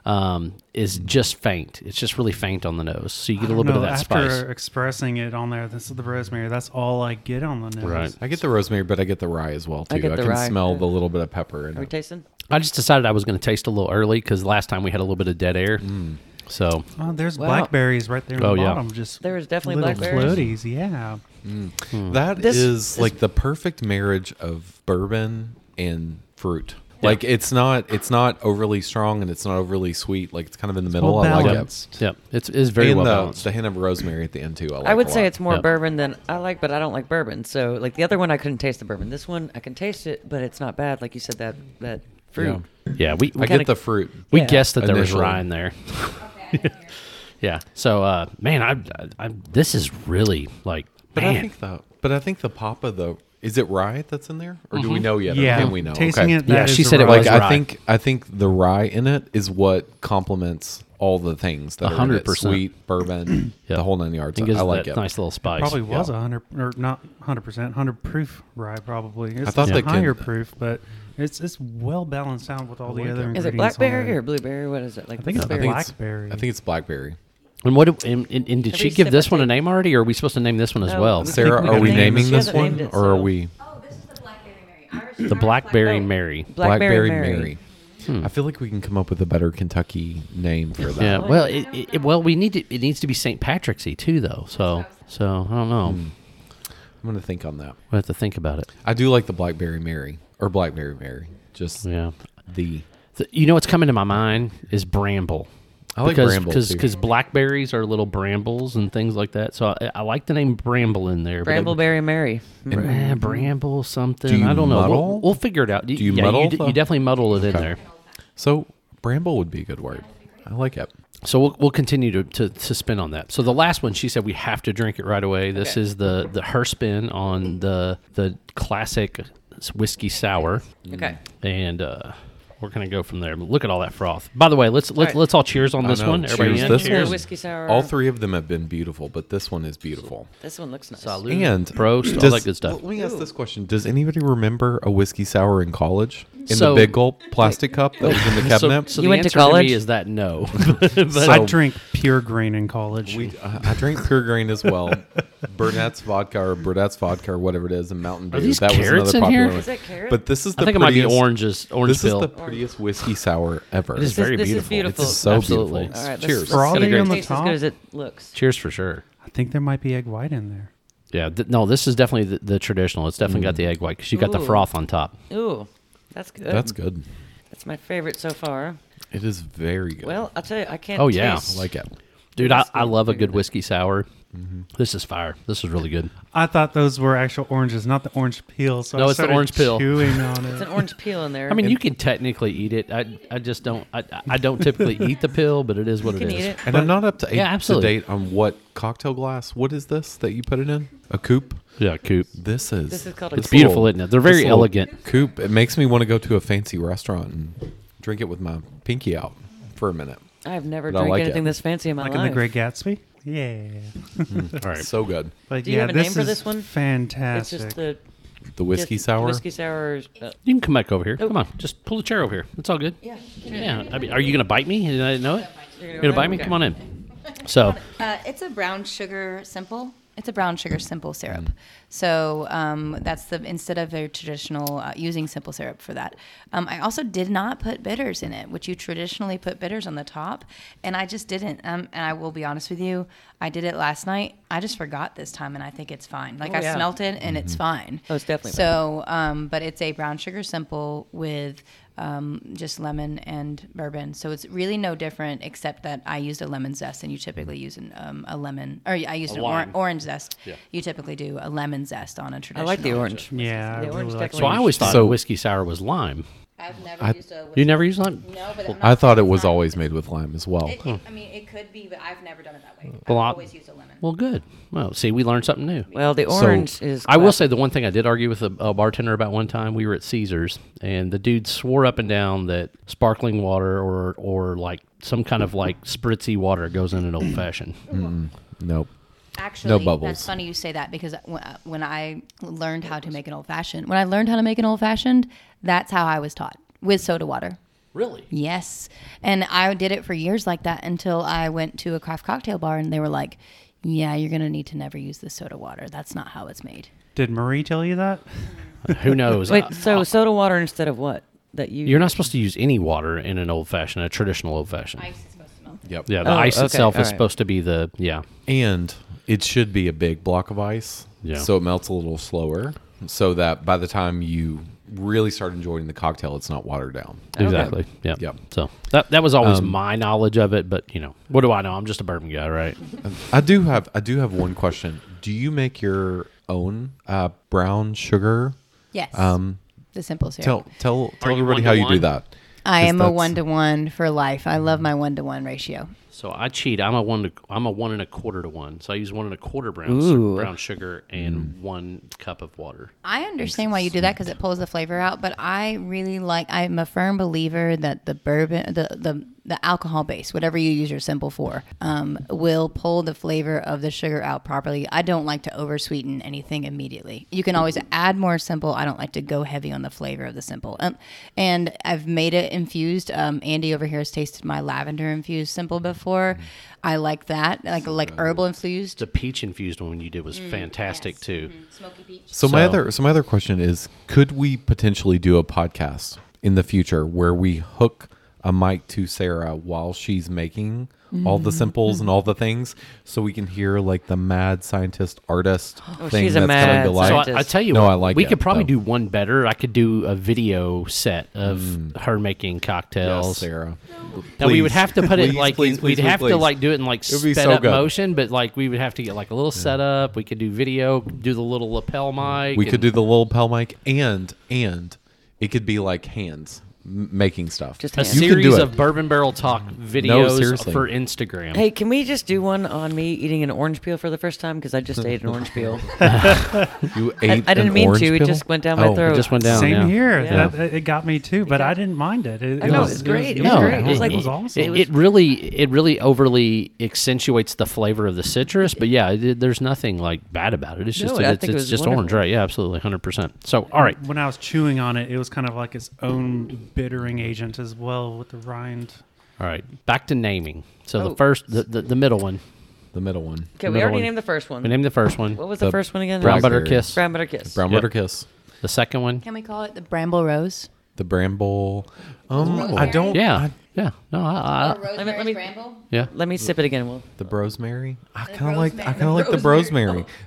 Speaker 1: um, is just faint. It's just really faint on the nose, so you get a little bit of that
Speaker 3: after
Speaker 1: spice.
Speaker 3: expressing it on there, this is the rosemary. That's all I get on the nose.
Speaker 1: Right.
Speaker 5: I get the rosemary, but I get the rye as well too.
Speaker 4: I
Speaker 5: I,
Speaker 4: get the
Speaker 5: can
Speaker 4: rye,
Speaker 5: smell
Speaker 4: yeah.
Speaker 5: the little bit of pepper.
Speaker 4: Are we
Speaker 5: And
Speaker 4: tasting?
Speaker 1: I just decided I was going to taste a little early because last time we had a little bit of dead air,
Speaker 5: Mm.
Speaker 1: so
Speaker 3: Oh, there's
Speaker 4: Wow.
Speaker 3: blackberries right there on
Speaker 1: Oh,
Speaker 3: the
Speaker 1: yeah.
Speaker 3: bottom. Just
Speaker 4: There is definitely
Speaker 3: little
Speaker 4: blackberries.
Speaker 3: floaties. Yeah. Mm.
Speaker 5: that is
Speaker 4: This-
Speaker 5: like the perfect marriage of bourbon and fruit. Like it's not it's not overly strong and it's not overly sweet. Like it's kind of in the middle.
Speaker 3: well
Speaker 5: I like it.
Speaker 3: balanced.
Speaker 1: yeah, it's it's very
Speaker 5: and
Speaker 1: well
Speaker 5: the,
Speaker 1: balanced.
Speaker 5: the hint of rosemary at the end too. I, like
Speaker 4: I would
Speaker 5: a
Speaker 4: say
Speaker 5: lot.
Speaker 4: it's more
Speaker 1: Yep.
Speaker 4: bourbon than I like, but I don't like bourbon. So like the other one, I couldn't taste the bourbon. This one, I can taste it, but it's not bad. Like you said, that that fruit.
Speaker 1: yeah, we
Speaker 5: I
Speaker 1: we,
Speaker 5: get
Speaker 4: kinda-
Speaker 5: the fruit.
Speaker 1: we
Speaker 4: yeah.
Speaker 1: guessed that there was
Speaker 5: Initially.
Speaker 1: rye in there. yeah, so uh, man, I, I, I this is really like
Speaker 5: But
Speaker 1: man.
Speaker 5: I think the but I think the pop of the is it rye that's in there or do we know yet? or
Speaker 3: Mm-hmm. Yeah.
Speaker 5: can we know?
Speaker 3: Tasting
Speaker 5: okay.
Speaker 3: it.
Speaker 1: Yeah,
Speaker 3: that is
Speaker 1: she
Speaker 3: the
Speaker 1: said it
Speaker 3: rye.
Speaker 1: was
Speaker 5: Like I
Speaker 1: rye.
Speaker 5: think I think the rye in it is what complements all the things that are in it.
Speaker 1: 100%.
Speaker 5: sweet bourbon,
Speaker 1: Yeah.
Speaker 5: the whole nine yards.
Speaker 1: It gives
Speaker 5: I
Speaker 1: it
Speaker 5: like
Speaker 1: that
Speaker 5: it.
Speaker 1: nice little spice.
Speaker 3: Probably was
Speaker 5: yeah.
Speaker 3: a hundred or not hundred percent, hundred proof rye. Probably it's,
Speaker 5: thought
Speaker 3: it's
Speaker 5: they
Speaker 3: higher
Speaker 5: can-
Speaker 3: proof, but it's it's well balanced out with all the
Speaker 5: like
Speaker 3: other.
Speaker 5: it.
Speaker 4: Is
Speaker 3: ingredients
Speaker 4: it
Speaker 3: on
Speaker 4: blackberry
Speaker 3: there.
Speaker 4: or blueberry? What is it? Like
Speaker 3: I think it's
Speaker 5: I
Speaker 4: blackberry.
Speaker 5: think it's-
Speaker 3: Blackberry.
Speaker 5: I think it's blackberry.
Speaker 1: And what? do- And, and, and did she
Speaker 4: Every
Speaker 1: give
Speaker 4: sip
Speaker 1: this
Speaker 4: I
Speaker 1: one a
Speaker 4: take-
Speaker 1: name already, or are we supposed to name this one as
Speaker 4: No,
Speaker 1: well?
Speaker 4: we I
Speaker 5: Sarah,
Speaker 4: think
Speaker 5: are
Speaker 4: we
Speaker 5: we
Speaker 4: named it.
Speaker 5: naming
Speaker 4: She
Speaker 5: this
Speaker 4: hasn't named
Speaker 5: one
Speaker 4: it,
Speaker 5: or are
Speaker 4: so-
Speaker 5: we
Speaker 6: Oh, this is the Blackberry Mary. Irish
Speaker 1: The Blackberry
Speaker 6: Mary.
Speaker 1: Mary.
Speaker 5: Blackberry
Speaker 4: Mary.
Speaker 5: Mary? I feel like we can come up with a better Kentucky name for that.
Speaker 1: Hmm. oh, Yeah. Well, it, it, it- well, we need to, it needs to be St. Patrick's Day too, though. So, so I don't know.
Speaker 5: Hmm. I'm gonna think on that.
Speaker 1: We will have to think about it.
Speaker 5: I do like the Blackberry Mary or Blackberry Mary. Just
Speaker 1: Yeah.
Speaker 5: the
Speaker 1: The- you know what's coming to my mind is bramble.
Speaker 5: I like
Speaker 1: because
Speaker 5: bramble, too.
Speaker 1: because blackberries are little brambles and things like that. So I, I like the name bramble in there. but it-
Speaker 4: Brambleberry Mary. Hmm.
Speaker 1: Eh, bramble something.
Speaker 5: Do you
Speaker 1: I don't know. We'll,
Speaker 5: muddle?
Speaker 1: we'll figure it out.
Speaker 5: Do you
Speaker 1: yeah,
Speaker 5: muddle,
Speaker 1: You, d-
Speaker 5: though?
Speaker 1: you definitely muddle it in
Speaker 5: Okay.
Speaker 1: there.
Speaker 5: So bramble would be a good word. I like it.
Speaker 1: So we'll, we'll continue to, to, to spin on that. So the last one, she said we have to drink it right away. This is the, the her spin on the the classic whiskey sour,
Speaker 5: Mm.
Speaker 4: Okay.
Speaker 1: and uh, we're gonna go from there. But look at all that froth. By the way, let's let's
Speaker 4: All right.
Speaker 1: let's all cheers on
Speaker 5: I
Speaker 1: this
Speaker 5: know.
Speaker 1: one. Everybody,
Speaker 5: Cheers.
Speaker 1: in?
Speaker 5: This
Speaker 4: Cheers.
Speaker 5: one's-
Speaker 4: Whiskey sour.
Speaker 5: All three of them have been beautiful, but this one is beautiful.
Speaker 4: This one looks nice.
Speaker 1: Salud.
Speaker 5: And
Speaker 1: Prost, all
Speaker 5: does-
Speaker 1: that good stuff.
Speaker 5: Let me ask this question: Does anybody remember a whiskey sour in college in
Speaker 1: So-
Speaker 5: the big gulp plastic cup that was in the
Speaker 1: So,
Speaker 5: cabinet?
Speaker 1: so
Speaker 4: You
Speaker 1: the
Speaker 4: went to
Speaker 1: answer to
Speaker 4: college?
Speaker 1: me is that no?
Speaker 3: I drink pure grain in college.
Speaker 5: we, I I drank pure grain as well. Burnett's vodka or Burnett's vodka or whatever it is, and Mountain Dew.
Speaker 1: Are these
Speaker 5: that
Speaker 1: carrots
Speaker 5: was another
Speaker 1: in
Speaker 5: popular
Speaker 1: here?
Speaker 5: one.
Speaker 4: Is that carrot?
Speaker 5: But this is the
Speaker 1: I think it might
Speaker 5: prettiest,
Speaker 1: be oranges, orange
Speaker 5: This is
Speaker 1: pill.
Speaker 5: the prettiest whiskey sour ever.
Speaker 1: It is
Speaker 4: This is-
Speaker 1: very
Speaker 4: this is
Speaker 1: beautiful.
Speaker 4: beautiful.
Speaker 5: It's so
Speaker 1: Absolutely.
Speaker 5: beautiful.
Speaker 4: All right. Let's,
Speaker 5: Cheers.
Speaker 4: let's
Speaker 3: For all
Speaker 4: see
Speaker 1: the
Speaker 4: if it
Speaker 1: year on the
Speaker 4: tastes as
Speaker 3: top?
Speaker 4: good as it looks.
Speaker 1: Cheers for sure.
Speaker 3: I think there might be egg white in there.
Speaker 1: Yeah, th- no, this is definitely the, the traditional. It's definitely got the egg white because you got the
Speaker 4: Ooh.
Speaker 1: froth on top.
Speaker 4: Ooh, that's good.
Speaker 5: That's good.
Speaker 4: That's my favorite so far.
Speaker 5: It is very good.
Speaker 4: Well, I'll tell you, I can't.
Speaker 1: Oh, yeah.
Speaker 4: taste-
Speaker 5: I like it.
Speaker 1: Dude, I,
Speaker 4: Let's
Speaker 1: I
Speaker 4: see.
Speaker 1: love a
Speaker 4: Figure
Speaker 1: good
Speaker 4: that.
Speaker 1: whiskey sour. This is fire. This is really good.
Speaker 3: I thought those were actual oranges, not the orange peel. So
Speaker 1: No,
Speaker 3: I
Speaker 1: it's the
Speaker 3: started
Speaker 1: orange peel.
Speaker 3: Chewing on
Speaker 4: It's an
Speaker 3: it.
Speaker 4: orange peel in there.
Speaker 1: I mean, you can technically eat it. I, I just don't. I, I don't typically eat the pill, but it is what
Speaker 4: you
Speaker 1: it
Speaker 4: can
Speaker 1: is.
Speaker 4: eat it.
Speaker 5: And I'm not up to,
Speaker 1: Yeah,
Speaker 5: eight, to
Speaker 1: absolutely.
Speaker 5: date on what cocktail glass. What is this that you put it in? A coupe.
Speaker 1: Yeah, coop.
Speaker 5: This is
Speaker 4: This is called a
Speaker 5: this
Speaker 4: coupe.
Speaker 1: Beautiful, isn't it? They're very
Speaker 5: this little
Speaker 1: elegant.
Speaker 5: Coupe. It makes me want to go to a fancy restaurant and drink it with my pinky out for a minute.
Speaker 4: I've never
Speaker 5: But I
Speaker 4: drank
Speaker 5: like
Speaker 4: anything
Speaker 5: it.
Speaker 4: this fancy in my
Speaker 3: Like
Speaker 4: life.
Speaker 3: in the Great Gatsby. Yeah.
Speaker 1: All right.
Speaker 5: So good.
Speaker 3: But
Speaker 4: Do you
Speaker 3: yeah,
Speaker 4: have a
Speaker 3: this
Speaker 4: name for
Speaker 3: is
Speaker 4: this one? It's it's
Speaker 3: Fantastic.
Speaker 4: just the
Speaker 5: The whiskey
Speaker 4: just
Speaker 5: sour.
Speaker 4: Whiskey sour. is- uh,
Speaker 1: You can come back over here.
Speaker 4: Oh.
Speaker 1: Come on, just pull the chair over here. It's all good.
Speaker 4: yeah.
Speaker 1: Yeah. I mean, are you gonna bite me? Did I didn't know it?
Speaker 4: You're
Speaker 1: You gonna bite me? Come on in. So
Speaker 2: Uh, it's a brown sugar simple. It's a brown sugar simple syrup.
Speaker 1: Mm.
Speaker 2: So um, that's the instead of their traditional uh, using simple syrup for that. Um, I also did not put bitters in it, which you traditionally put bitters on the top, and I just didn't. Um, and I will be honest with you, I did it last night. I just forgot this time, and I think it's fine. Like
Speaker 4: Oh,
Speaker 2: I
Speaker 4: yeah.
Speaker 2: smelt it, and it's
Speaker 1: Mm-hmm.
Speaker 2: fine.
Speaker 4: Oh, it's definitely
Speaker 2: so. Um, but it's a brown sugar simple with um, just lemon and bourbon. So it's really no different, except that I used a lemon zest, and you typically use an, um, a lemon, or I used an or-
Speaker 1: lime.
Speaker 2: orange zest.
Speaker 1: Yeah.
Speaker 2: You typically do a lemon zest on a
Speaker 4: I
Speaker 2: traditional.
Speaker 4: like the orange.
Speaker 3: yeah. I
Speaker 4: The orange
Speaker 3: really like
Speaker 1: so I always thought
Speaker 5: So-
Speaker 1: whiskey sour was lime.
Speaker 2: I've never used a.
Speaker 1: You never use lime?
Speaker 2: No, but
Speaker 5: I thought it was always made with lime as well.
Speaker 2: I mean, it could be, but I've never done it that way.
Speaker 1: Well, I-
Speaker 2: I've
Speaker 1: always
Speaker 2: always used a lemon.
Speaker 1: Well, good. Well, see, we learned something new.
Speaker 4: Well, the
Speaker 5: So-
Speaker 4: orange is.
Speaker 1: I will
Speaker 4: classic.
Speaker 1: say the one thing I did argue with a, a bartender about one time. We were at Caesars, and the dude swore up and down that sparkling water or or like some kind of like spritzy water goes in an old fashioned.
Speaker 5: Nope.
Speaker 2: Actually,
Speaker 5: bubbles.
Speaker 2: that's funny you say that because when- when I learned how to make an old fashioned, when I learned how to make an old fashioned, that's how I was taught with soda water.
Speaker 1: Really?
Speaker 2: Yes. And I did it for years like that until I went to a craft cocktail bar and they were like, yeah, you're going to need to never use the soda water. That's not how it's made.
Speaker 3: Did Marie tell you that?
Speaker 1: Who knows? Uh,
Speaker 4: Wait, so soda water instead of what? That you.
Speaker 1: You're not supposed to use any water in an old fashioned, a traditional old fashioned.
Speaker 2: Ice is supposed to melt.
Speaker 5: Yep.
Speaker 1: Yeah, the
Speaker 4: Oh,
Speaker 1: ice
Speaker 4: okay,
Speaker 1: itself
Speaker 4: all
Speaker 1: is
Speaker 4: right.
Speaker 1: supposed to be the yeah.
Speaker 5: And it should be a big block of ice.
Speaker 1: Yeah.
Speaker 5: So it melts a little slower so that by the time you really start enjoying the cocktail, it's not watered down.
Speaker 1: Exactly. Yeah.
Speaker 5: Yep. Um,
Speaker 1: So that that was always my knowledge of it, but you know, what do I know? I'm just a bourbon guy, right?
Speaker 5: I do have I do have one question. Do you make your own uh, brown sugar?
Speaker 2: Yes.
Speaker 5: Um,
Speaker 2: the simple syrup.
Speaker 5: tell tell tell
Speaker 1: you one
Speaker 5: everybody
Speaker 1: to
Speaker 5: how you do
Speaker 1: one?
Speaker 5: that.
Speaker 2: I
Speaker 5: 'Cause
Speaker 2: am a
Speaker 5: that's-
Speaker 2: one to one for life. I love my one to one ratio.
Speaker 1: So I cheat. I'm a one. To, I'm a one and a quarter to one. So I use one and a quarter brown
Speaker 4: Ooh.
Speaker 1: brown sugar and
Speaker 5: Mm.
Speaker 1: one cup of water.
Speaker 2: I understand why you do that because it pulls the flavor out. But I really like. I'm a firm believer that the bourbon, the the, the alcohol base, whatever you use your simple for, um, will pull the flavor of the sugar out properly. I don't like to oversweeten anything immediately. You can always add more simple. I don't like to go heavy on the flavor of the simple. Um, and I've made it infused. Um, Andy over here has tasted my lavender infused simple before. I like that, like like herbal infused.
Speaker 1: The peach infused one you did was fantastic too.
Speaker 2: Smoky peach.
Speaker 5: So, my
Speaker 1: So-
Speaker 5: other so my other question is, could we potentially do a podcast in the future where we hook a mic to Sarah while she's making all
Speaker 2: Mm-hmm.
Speaker 5: the simples and all the things, so we can hear like the mad scientist artist
Speaker 4: Oh,
Speaker 5: thing
Speaker 4: she's a
Speaker 5: that's coming
Speaker 4: mad
Speaker 5: to life.
Speaker 4: I
Speaker 1: So
Speaker 4: just-
Speaker 1: I, I tell you,
Speaker 5: No,
Speaker 1: what,
Speaker 5: I like
Speaker 1: we
Speaker 5: it,
Speaker 1: could probably
Speaker 5: though.
Speaker 1: do one better. I could do a video set of her making cocktails.
Speaker 5: Mm. Yes, Sarah.
Speaker 1: Now we would
Speaker 5: Please.
Speaker 1: have to put it
Speaker 5: Please,
Speaker 1: like
Speaker 5: please,
Speaker 1: in- we'd
Speaker 5: please,
Speaker 1: have to
Speaker 5: please.
Speaker 1: like do it in like
Speaker 5: It would be
Speaker 1: sped
Speaker 5: so
Speaker 1: up
Speaker 5: good.
Speaker 1: motion, but like we would have to get like a little setup. We could do video, do the little lapel mic.
Speaker 5: We could
Speaker 1: and-
Speaker 5: do the little pel mic and and it could be like hands m- making stuff.
Speaker 4: Just
Speaker 1: a
Speaker 4: hands.
Speaker 5: You can do
Speaker 1: series
Speaker 5: it.
Speaker 1: of bourbon barrel talk videos
Speaker 5: seriously.
Speaker 1: for Instagram.
Speaker 4: Hey, can we just do one on me eating an orange peel for the first time? Because I just ate an orange peel.
Speaker 5: You ate
Speaker 4: I, I
Speaker 5: an
Speaker 4: didn't mean
Speaker 5: orange
Speaker 4: to. It
Speaker 5: peel?
Speaker 4: just went down my
Speaker 5: Oh, it
Speaker 4: throat.
Speaker 1: just went down.
Speaker 3: Same
Speaker 1: yeah.
Speaker 3: here.
Speaker 4: Yeah.
Speaker 3: That, it got me too, but I didn't mind it. It,
Speaker 4: I
Speaker 3: it
Speaker 4: know,
Speaker 3: was
Speaker 4: it's great. It
Speaker 3: It was, yeah,
Speaker 4: was great.
Speaker 3: It
Speaker 4: It
Speaker 3: was,
Speaker 4: was like-
Speaker 3: awesome.
Speaker 1: It, it really, it really overly accentuates the flavor of the citrus, but yeah, it, there's nothing like bad about it. It's just
Speaker 4: No, I
Speaker 1: that it's,
Speaker 4: think it
Speaker 1: it's
Speaker 4: was
Speaker 1: just
Speaker 4: wonderful.
Speaker 1: orange, right? Yeah, absolutely, hundred percent. So, all right,
Speaker 3: when I was chewing on it, it was kind of like its own bittering agent as well with the rind.
Speaker 1: all right, back to naming. So
Speaker 4: Oh.
Speaker 1: the first, the, the, the middle one,
Speaker 5: the middle one.
Speaker 4: okay, we
Speaker 1: Another
Speaker 4: already
Speaker 1: one.
Speaker 4: named the first one.
Speaker 1: we named the first one,
Speaker 4: what was the,
Speaker 5: the
Speaker 4: first one again?
Speaker 1: brown
Speaker 5: Blackberry.
Speaker 1: butter kiss,
Speaker 4: Brown butter kiss.
Speaker 5: Brown
Speaker 1: Yep.
Speaker 5: butter kiss.
Speaker 1: the second one,
Speaker 2: Can we call it the Bramble Rose?
Speaker 5: The bramble. Um, I
Speaker 6: Rosemary?
Speaker 5: don't.
Speaker 1: yeah, yeah, no, I,
Speaker 6: Or
Speaker 1: I, I-
Speaker 6: Rosemary's
Speaker 4: Uh, let me-
Speaker 6: Bramble?
Speaker 1: yeah,
Speaker 4: Let me sip it again. Will.
Speaker 5: The brosemary. I
Speaker 6: The
Speaker 5: kind of like.
Speaker 6: rosema-
Speaker 5: I kind
Speaker 6: the
Speaker 5: of like the
Speaker 6: rosemary.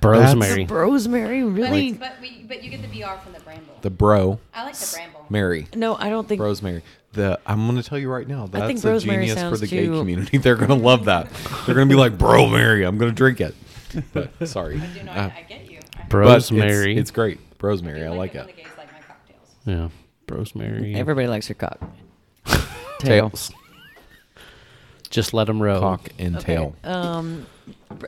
Speaker 1: Brosemary.
Speaker 5: brosemary. That's-
Speaker 4: Rosemary,
Speaker 6: But,
Speaker 4: really?
Speaker 6: it's, but, we, but you get the BR from the Bramble.
Speaker 5: The bro.
Speaker 6: I like the Bramble.
Speaker 5: Mary.
Speaker 4: no, I don't think.
Speaker 5: Rosemary. The I'm gonna tell you right now. That's
Speaker 4: I think
Speaker 5: a
Speaker 4: rosemary
Speaker 5: genius for
Speaker 4: sounds
Speaker 5: the gay
Speaker 4: too-
Speaker 5: community. They're gonna love that. They're gonna be like, bro, Mary. I'm gonna drink it. But sorry.
Speaker 6: I do know,
Speaker 5: Uh,
Speaker 6: I, I get you. I
Speaker 5: but it's-
Speaker 1: Rosemary,
Speaker 5: It's, great. Rosemary. I like
Speaker 6: when the
Speaker 5: it.
Speaker 6: gays like my cocktails.
Speaker 1: yeah, Rosemary,
Speaker 4: Everybody likes her cock. Tail.
Speaker 5: Tails,
Speaker 1: just let them roll.
Speaker 5: cock, and tail.
Speaker 4: Um,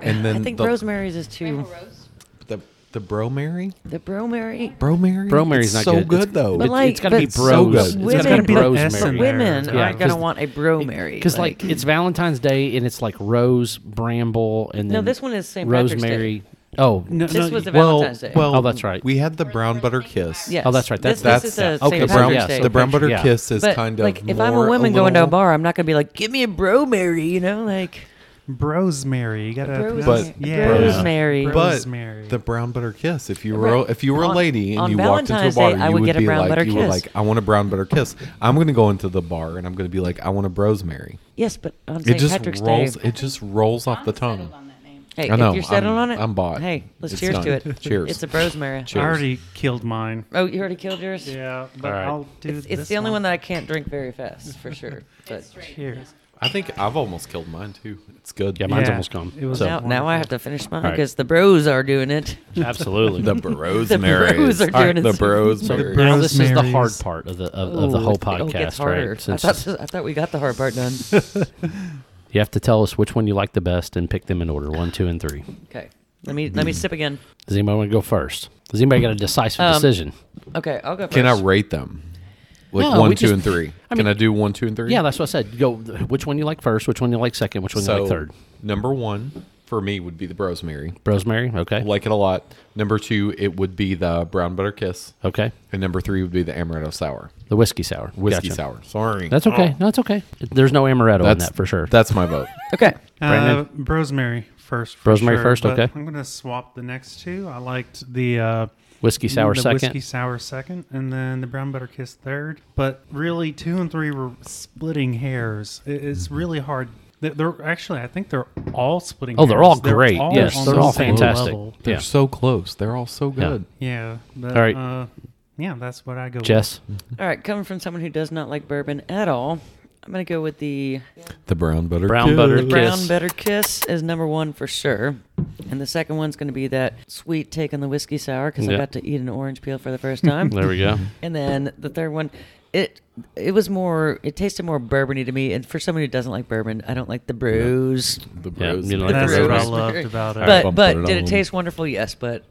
Speaker 5: And then
Speaker 4: I think
Speaker 5: the-
Speaker 4: Rosemary's is
Speaker 6: Bramble
Speaker 4: too.
Speaker 6: Rose?
Speaker 5: The the bro Mary.
Speaker 4: The Bromary.
Speaker 5: Bro Mary.
Speaker 1: Bromary's not
Speaker 5: so
Speaker 1: good. It's-
Speaker 5: though.
Speaker 4: But
Speaker 1: It,
Speaker 4: like-
Speaker 1: it's got to be
Speaker 4: but so
Speaker 1: bros. it's got to
Speaker 5: good.
Speaker 4: Women-
Speaker 1: be
Speaker 3: Gotta be the
Speaker 1: bros.
Speaker 3: S in
Speaker 1: Mary.
Speaker 3: there.
Speaker 4: Women
Speaker 1: Yeah,
Speaker 4: aren't gonna
Speaker 1: 'cause-
Speaker 4: want a Bromary.
Speaker 1: Because like, it's Valentine's Day and it's like rose, bramble, and
Speaker 4: No,
Speaker 1: then
Speaker 4: this one is St. Patrick's Day.
Speaker 1: rosemary. Oh,
Speaker 3: No, no,
Speaker 4: this was a
Speaker 5: well,
Speaker 4: Valentine's Day.
Speaker 5: well,
Speaker 1: Oh, that's right.
Speaker 5: We had the brown butter kiss.
Speaker 4: yes.
Speaker 1: oh, that's right.
Speaker 4: This-
Speaker 1: That's-
Speaker 4: this,
Speaker 5: that's-
Speaker 4: is a
Speaker 1: okay,
Speaker 5: The
Speaker 4: St.
Speaker 1: so
Speaker 5: brown,
Speaker 4: Patrick's
Speaker 1: yeah,
Speaker 4: Day.
Speaker 1: so
Speaker 5: the brown butter
Speaker 1: yeah.
Speaker 5: kiss is
Speaker 4: but
Speaker 5: kind
Speaker 4: like,
Speaker 5: of
Speaker 4: if I'm a
Speaker 5: more
Speaker 4: woman going to a
Speaker 5: little-
Speaker 4: bar, I'm not gonna be like, "Give me a Bromary," you know, like
Speaker 3: Brosemary. You gotta
Speaker 4: Bros-
Speaker 5: But-
Speaker 3: yeah.
Speaker 4: Rosemary.
Speaker 3: Bros-
Speaker 5: But
Speaker 3: Rosemary.
Speaker 5: the brown butter kiss. If you
Speaker 4: Right.
Speaker 5: were if you were a
Speaker 4: On-
Speaker 5: lady and
Speaker 4: on
Speaker 5: you walked into a
Speaker 4: Valentine's
Speaker 5: bar,
Speaker 4: Day,
Speaker 5: you
Speaker 4: I would get a
Speaker 5: be
Speaker 4: brown
Speaker 5: like,
Speaker 4: butter
Speaker 5: you were
Speaker 4: kiss.
Speaker 5: like, I want a brown butter kiss. I'm going to go into the bar and I'm going to be like, I want a brosemary.
Speaker 4: Yes, but on
Speaker 5: It
Speaker 4: St.
Speaker 5: just
Speaker 4: Patrick's
Speaker 5: rolls.
Speaker 4: Day.
Speaker 5: It just rolls off the
Speaker 6: I'm settled
Speaker 5: tongue.
Speaker 6: on that name.
Speaker 4: Hey,
Speaker 5: I know,
Speaker 4: if you're settling
Speaker 5: I'm-
Speaker 4: on it,
Speaker 5: I'm bought.
Speaker 4: Hey, let's
Speaker 5: It's
Speaker 4: cheers to
Speaker 5: done.
Speaker 4: it.
Speaker 5: Cheers.
Speaker 4: It's a Rosemary.
Speaker 5: Cheers.
Speaker 3: I already killed mine.
Speaker 4: Oh, you already killed yours.
Speaker 3: Yeah, but
Speaker 1: All right.
Speaker 3: I'll do
Speaker 4: It's, it's
Speaker 3: this
Speaker 4: the only one that I can't drink very fast, for sure. But
Speaker 6: It's straight.
Speaker 3: Cheers.
Speaker 5: I think I've almost killed mine too. It's good.
Speaker 1: Yeah, mine's
Speaker 3: Yeah,
Speaker 1: almost gone.
Speaker 3: it was
Speaker 1: so,
Speaker 4: now, now I have to finish mine
Speaker 1: All right.
Speaker 4: because the bros are doing it.
Speaker 1: absolutely.
Speaker 5: The brosemary.
Speaker 4: bros are
Speaker 5: All right,
Speaker 4: doing
Speaker 5: the
Speaker 4: it.
Speaker 5: brosemary.
Speaker 1: now this is the hard
Speaker 3: Rosemary's.
Speaker 1: part of the of, of the
Speaker 4: Ooh,
Speaker 1: whole
Speaker 4: it- oh, it gets
Speaker 1: podcast,
Speaker 4: harder.
Speaker 1: right?
Speaker 4: I
Speaker 1: Since
Speaker 4: thought, I thought we got the hard part done.
Speaker 1: you have to tell us which one you like the best and pick them in order one, two, and three.
Speaker 4: okay, let me
Speaker 1: Hmm.
Speaker 4: let me sip again.
Speaker 1: Does anybody want to go first? Does anybody got a decisive
Speaker 4: Um,
Speaker 1: decision?
Speaker 4: Okay, I'll go first.
Speaker 5: Can I rate them? Like
Speaker 1: No,
Speaker 5: one,
Speaker 1: we
Speaker 5: two,
Speaker 1: just-
Speaker 5: and three.
Speaker 1: I mean-
Speaker 5: Can I do one, two, and three?
Speaker 1: Yeah, that's what I said. Go. Which one you like first? Which one you like second? Which one you
Speaker 5: so
Speaker 1: like third?
Speaker 5: number one for me would be the brosemary.
Speaker 1: Rosemary. Okay.
Speaker 5: Like it a lot. Number two, it would be the brown butter kiss.
Speaker 1: Okay.
Speaker 5: And number three would be the amaretto sour,
Speaker 1: The whiskey sour.
Speaker 5: whiskey
Speaker 1: Gotcha.
Speaker 5: sour. Sorry, Oh.
Speaker 1: That's okay. No, it's okay. There's no amaretto in that for sure.
Speaker 5: That's my vote.
Speaker 4: Okay,
Speaker 3: Uh,
Speaker 1: Brandon?
Speaker 3: Rosemary first. for
Speaker 1: Rosemary
Speaker 3: sure,
Speaker 1: first,
Speaker 3: but
Speaker 1: okay.
Speaker 3: I'm gonna swap the next two. I liked the uh,
Speaker 1: whiskey sour
Speaker 3: the
Speaker 1: second.
Speaker 3: whiskey sour second, and then the brown butter kiss third. But really, two and three were splitting hairs. It- It's really hard. They- They're actually, I think they're all splitting.
Speaker 1: Oh, they're
Speaker 3: hairs.
Speaker 1: all great.
Speaker 3: all
Speaker 1: yes,
Speaker 3: on
Speaker 1: they're
Speaker 3: the
Speaker 1: all
Speaker 3: same
Speaker 1: fantastic.
Speaker 3: level.
Speaker 5: They're
Speaker 1: Yeah.
Speaker 5: so close. They're all so good.
Speaker 3: Yeah. But,
Speaker 1: All right.
Speaker 3: Uh, yeah, that's what I go.
Speaker 1: Jess.
Speaker 4: all right. Coming from someone who does not like bourbon at all, I'm gonna go with the
Speaker 5: The brown butter.
Speaker 1: Brown butter kiss.
Speaker 4: brown butter kiss is number one for sure, and the second one's gonna be that sweet take on the whiskey sour because
Speaker 1: Yeah.
Speaker 4: I got to eat an orange peel for the first time.
Speaker 1: There we go.
Speaker 4: And then the third one, it it was more it tasted more bourbony to me. And for someone who doesn't like bourbon, I don't like the brews.
Speaker 5: The
Speaker 1: Yeah,
Speaker 5: bros.
Speaker 1: you know,
Speaker 3: With.
Speaker 1: like
Speaker 3: That's
Speaker 1: the
Speaker 3: what I
Speaker 1: rosemary.
Speaker 3: loved about it.
Speaker 4: But
Speaker 5: bump
Speaker 4: but
Speaker 5: it
Speaker 4: did
Speaker 5: on.
Speaker 4: it taste wonderful? Yes, but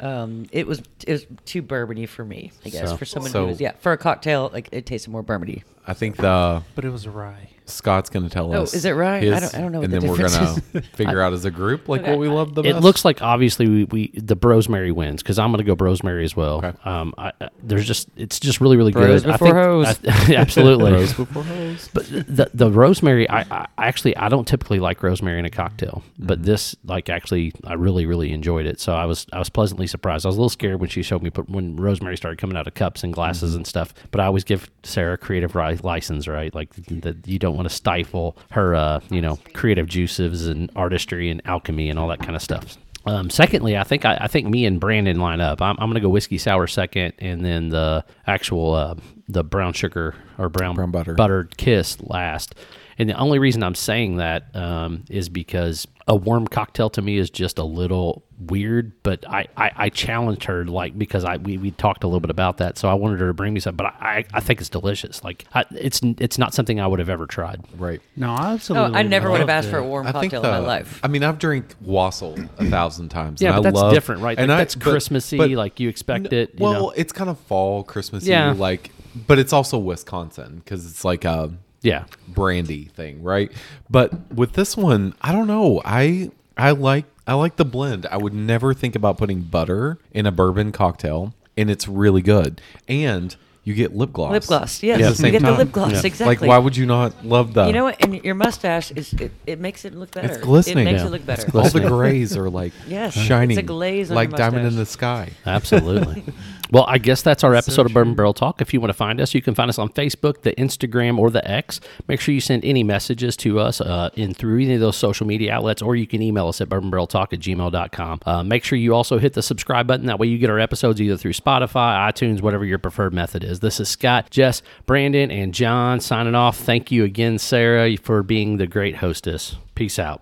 Speaker 4: um, it was it was too bourbony for me. I guess
Speaker 1: So-
Speaker 4: for someone
Speaker 5: So-
Speaker 4: who was yeah for a cocktail like it tasted more bourbony.
Speaker 5: I think the
Speaker 3: But it was rye.
Speaker 5: Scott's going to tell
Speaker 4: Oh,
Speaker 5: us.
Speaker 4: is it right? I
Speaker 5: his,
Speaker 4: don't- I don't know what
Speaker 5: and
Speaker 4: the
Speaker 5: then we're
Speaker 4: difference
Speaker 5: gonna figure out as a group like what we love the
Speaker 1: It
Speaker 5: best.
Speaker 1: looks like obviously we, we the Brosmary wins because I'm going to go Brosmary as well.
Speaker 5: Okay.
Speaker 1: Um, I, I- there's just it's just really really
Speaker 4: Bros
Speaker 1: good. I
Speaker 4: before
Speaker 1: think-
Speaker 4: hoes.
Speaker 1: I- absolutely.
Speaker 5: Rose before hose.
Speaker 1: But the the rosemary, I, I actually I don't typically like rosemary in a cocktail, but
Speaker 5: Mm-hmm.
Speaker 1: this like actually I really really enjoyed it. So I was I was pleasantly surprised. I was a little scared when she showed me, but when rosemary started coming out of cups and glasses
Speaker 5: Mm-hmm.
Speaker 1: and stuff. But I always give Sarah creative ri- license, right? Like that you don't want to stifle her, uh, you know, creative juices and artistry and alchemy and all that kind of stuff. Um, secondly, I think I, I think me and Brandon line up. I'm, I'm going to go whiskey sour second, and then the actual uh, the brown sugar or brown,
Speaker 5: Brown butter.
Speaker 1: buttered kiss last. And the only reason I'm saying that um, is because a warm cocktail to me is just a little weird. But I, I, I challenged her like because I we, we talked a little bit about that, so I wanted her to bring me some. But I, I think it's delicious. Like I, it's it's not something I would have ever tried.
Speaker 5: Right.
Speaker 3: No, I
Speaker 4: Oh,
Speaker 3: absolutely.
Speaker 4: I never would have
Speaker 3: loved
Speaker 4: asked
Speaker 3: it.
Speaker 4: for a warm
Speaker 5: I think
Speaker 4: cocktail in my
Speaker 5: the-
Speaker 4: life.
Speaker 5: I mean, I've drank Wassel a thousand times.
Speaker 1: Yeah,
Speaker 5: and
Speaker 1: but
Speaker 5: I
Speaker 1: that's
Speaker 5: love-
Speaker 1: different, right? Like,
Speaker 5: I-
Speaker 1: that's Christmassy, like, you expect
Speaker 5: n-
Speaker 1: it, you
Speaker 5: well,
Speaker 1: know.
Speaker 5: it's kind of fall, Christmassy.
Speaker 1: Yeah.
Speaker 5: Like, but it's also Wisconsin because it's like a
Speaker 1: Yeah,
Speaker 5: brandy thing, right? But with this one, I don't know. I I like I like the blend. I would never think about putting butter in a bourbon cocktail, and it's really good. And you get lip gloss.
Speaker 4: Lip gloss,
Speaker 5: at
Speaker 4: yes.
Speaker 5: the
Speaker 4: You
Speaker 5: same
Speaker 4: get the
Speaker 5: time.
Speaker 4: lip gloss,
Speaker 1: Yeah.
Speaker 4: exactly.
Speaker 5: Like, why would you not love that?
Speaker 4: you know what? And your mustache is it, it makes it look better.
Speaker 5: glistening.
Speaker 4: It makes
Speaker 1: Yeah.
Speaker 4: it look better.
Speaker 1: It's
Speaker 5: All the
Speaker 1: Listening.
Speaker 5: grays are like
Speaker 4: Yes, it's a
Speaker 5: shining,
Speaker 4: glaze on
Speaker 5: like
Speaker 4: your
Speaker 5: diamond in
Speaker 4: mustache.
Speaker 5: the sky.
Speaker 1: Absolutely. well, I guess that's our episode of Bourbon Barrel Talk. If you want to find us, you can find us on Facebook, the Instagram, or the X. Make sure you send any messages to us uh, in through any of those social media outlets, or you can email us at bourbonbarreltalk at gmail.com. Uh, make sure you also hit the subscribe button. That way you get our episodes either through Spotify, iTunes, whatever your preferred method is. This is Scott, Jess, Brandon, and John signing off. Thank you again, Sarah, for being the great hostess. Peace out.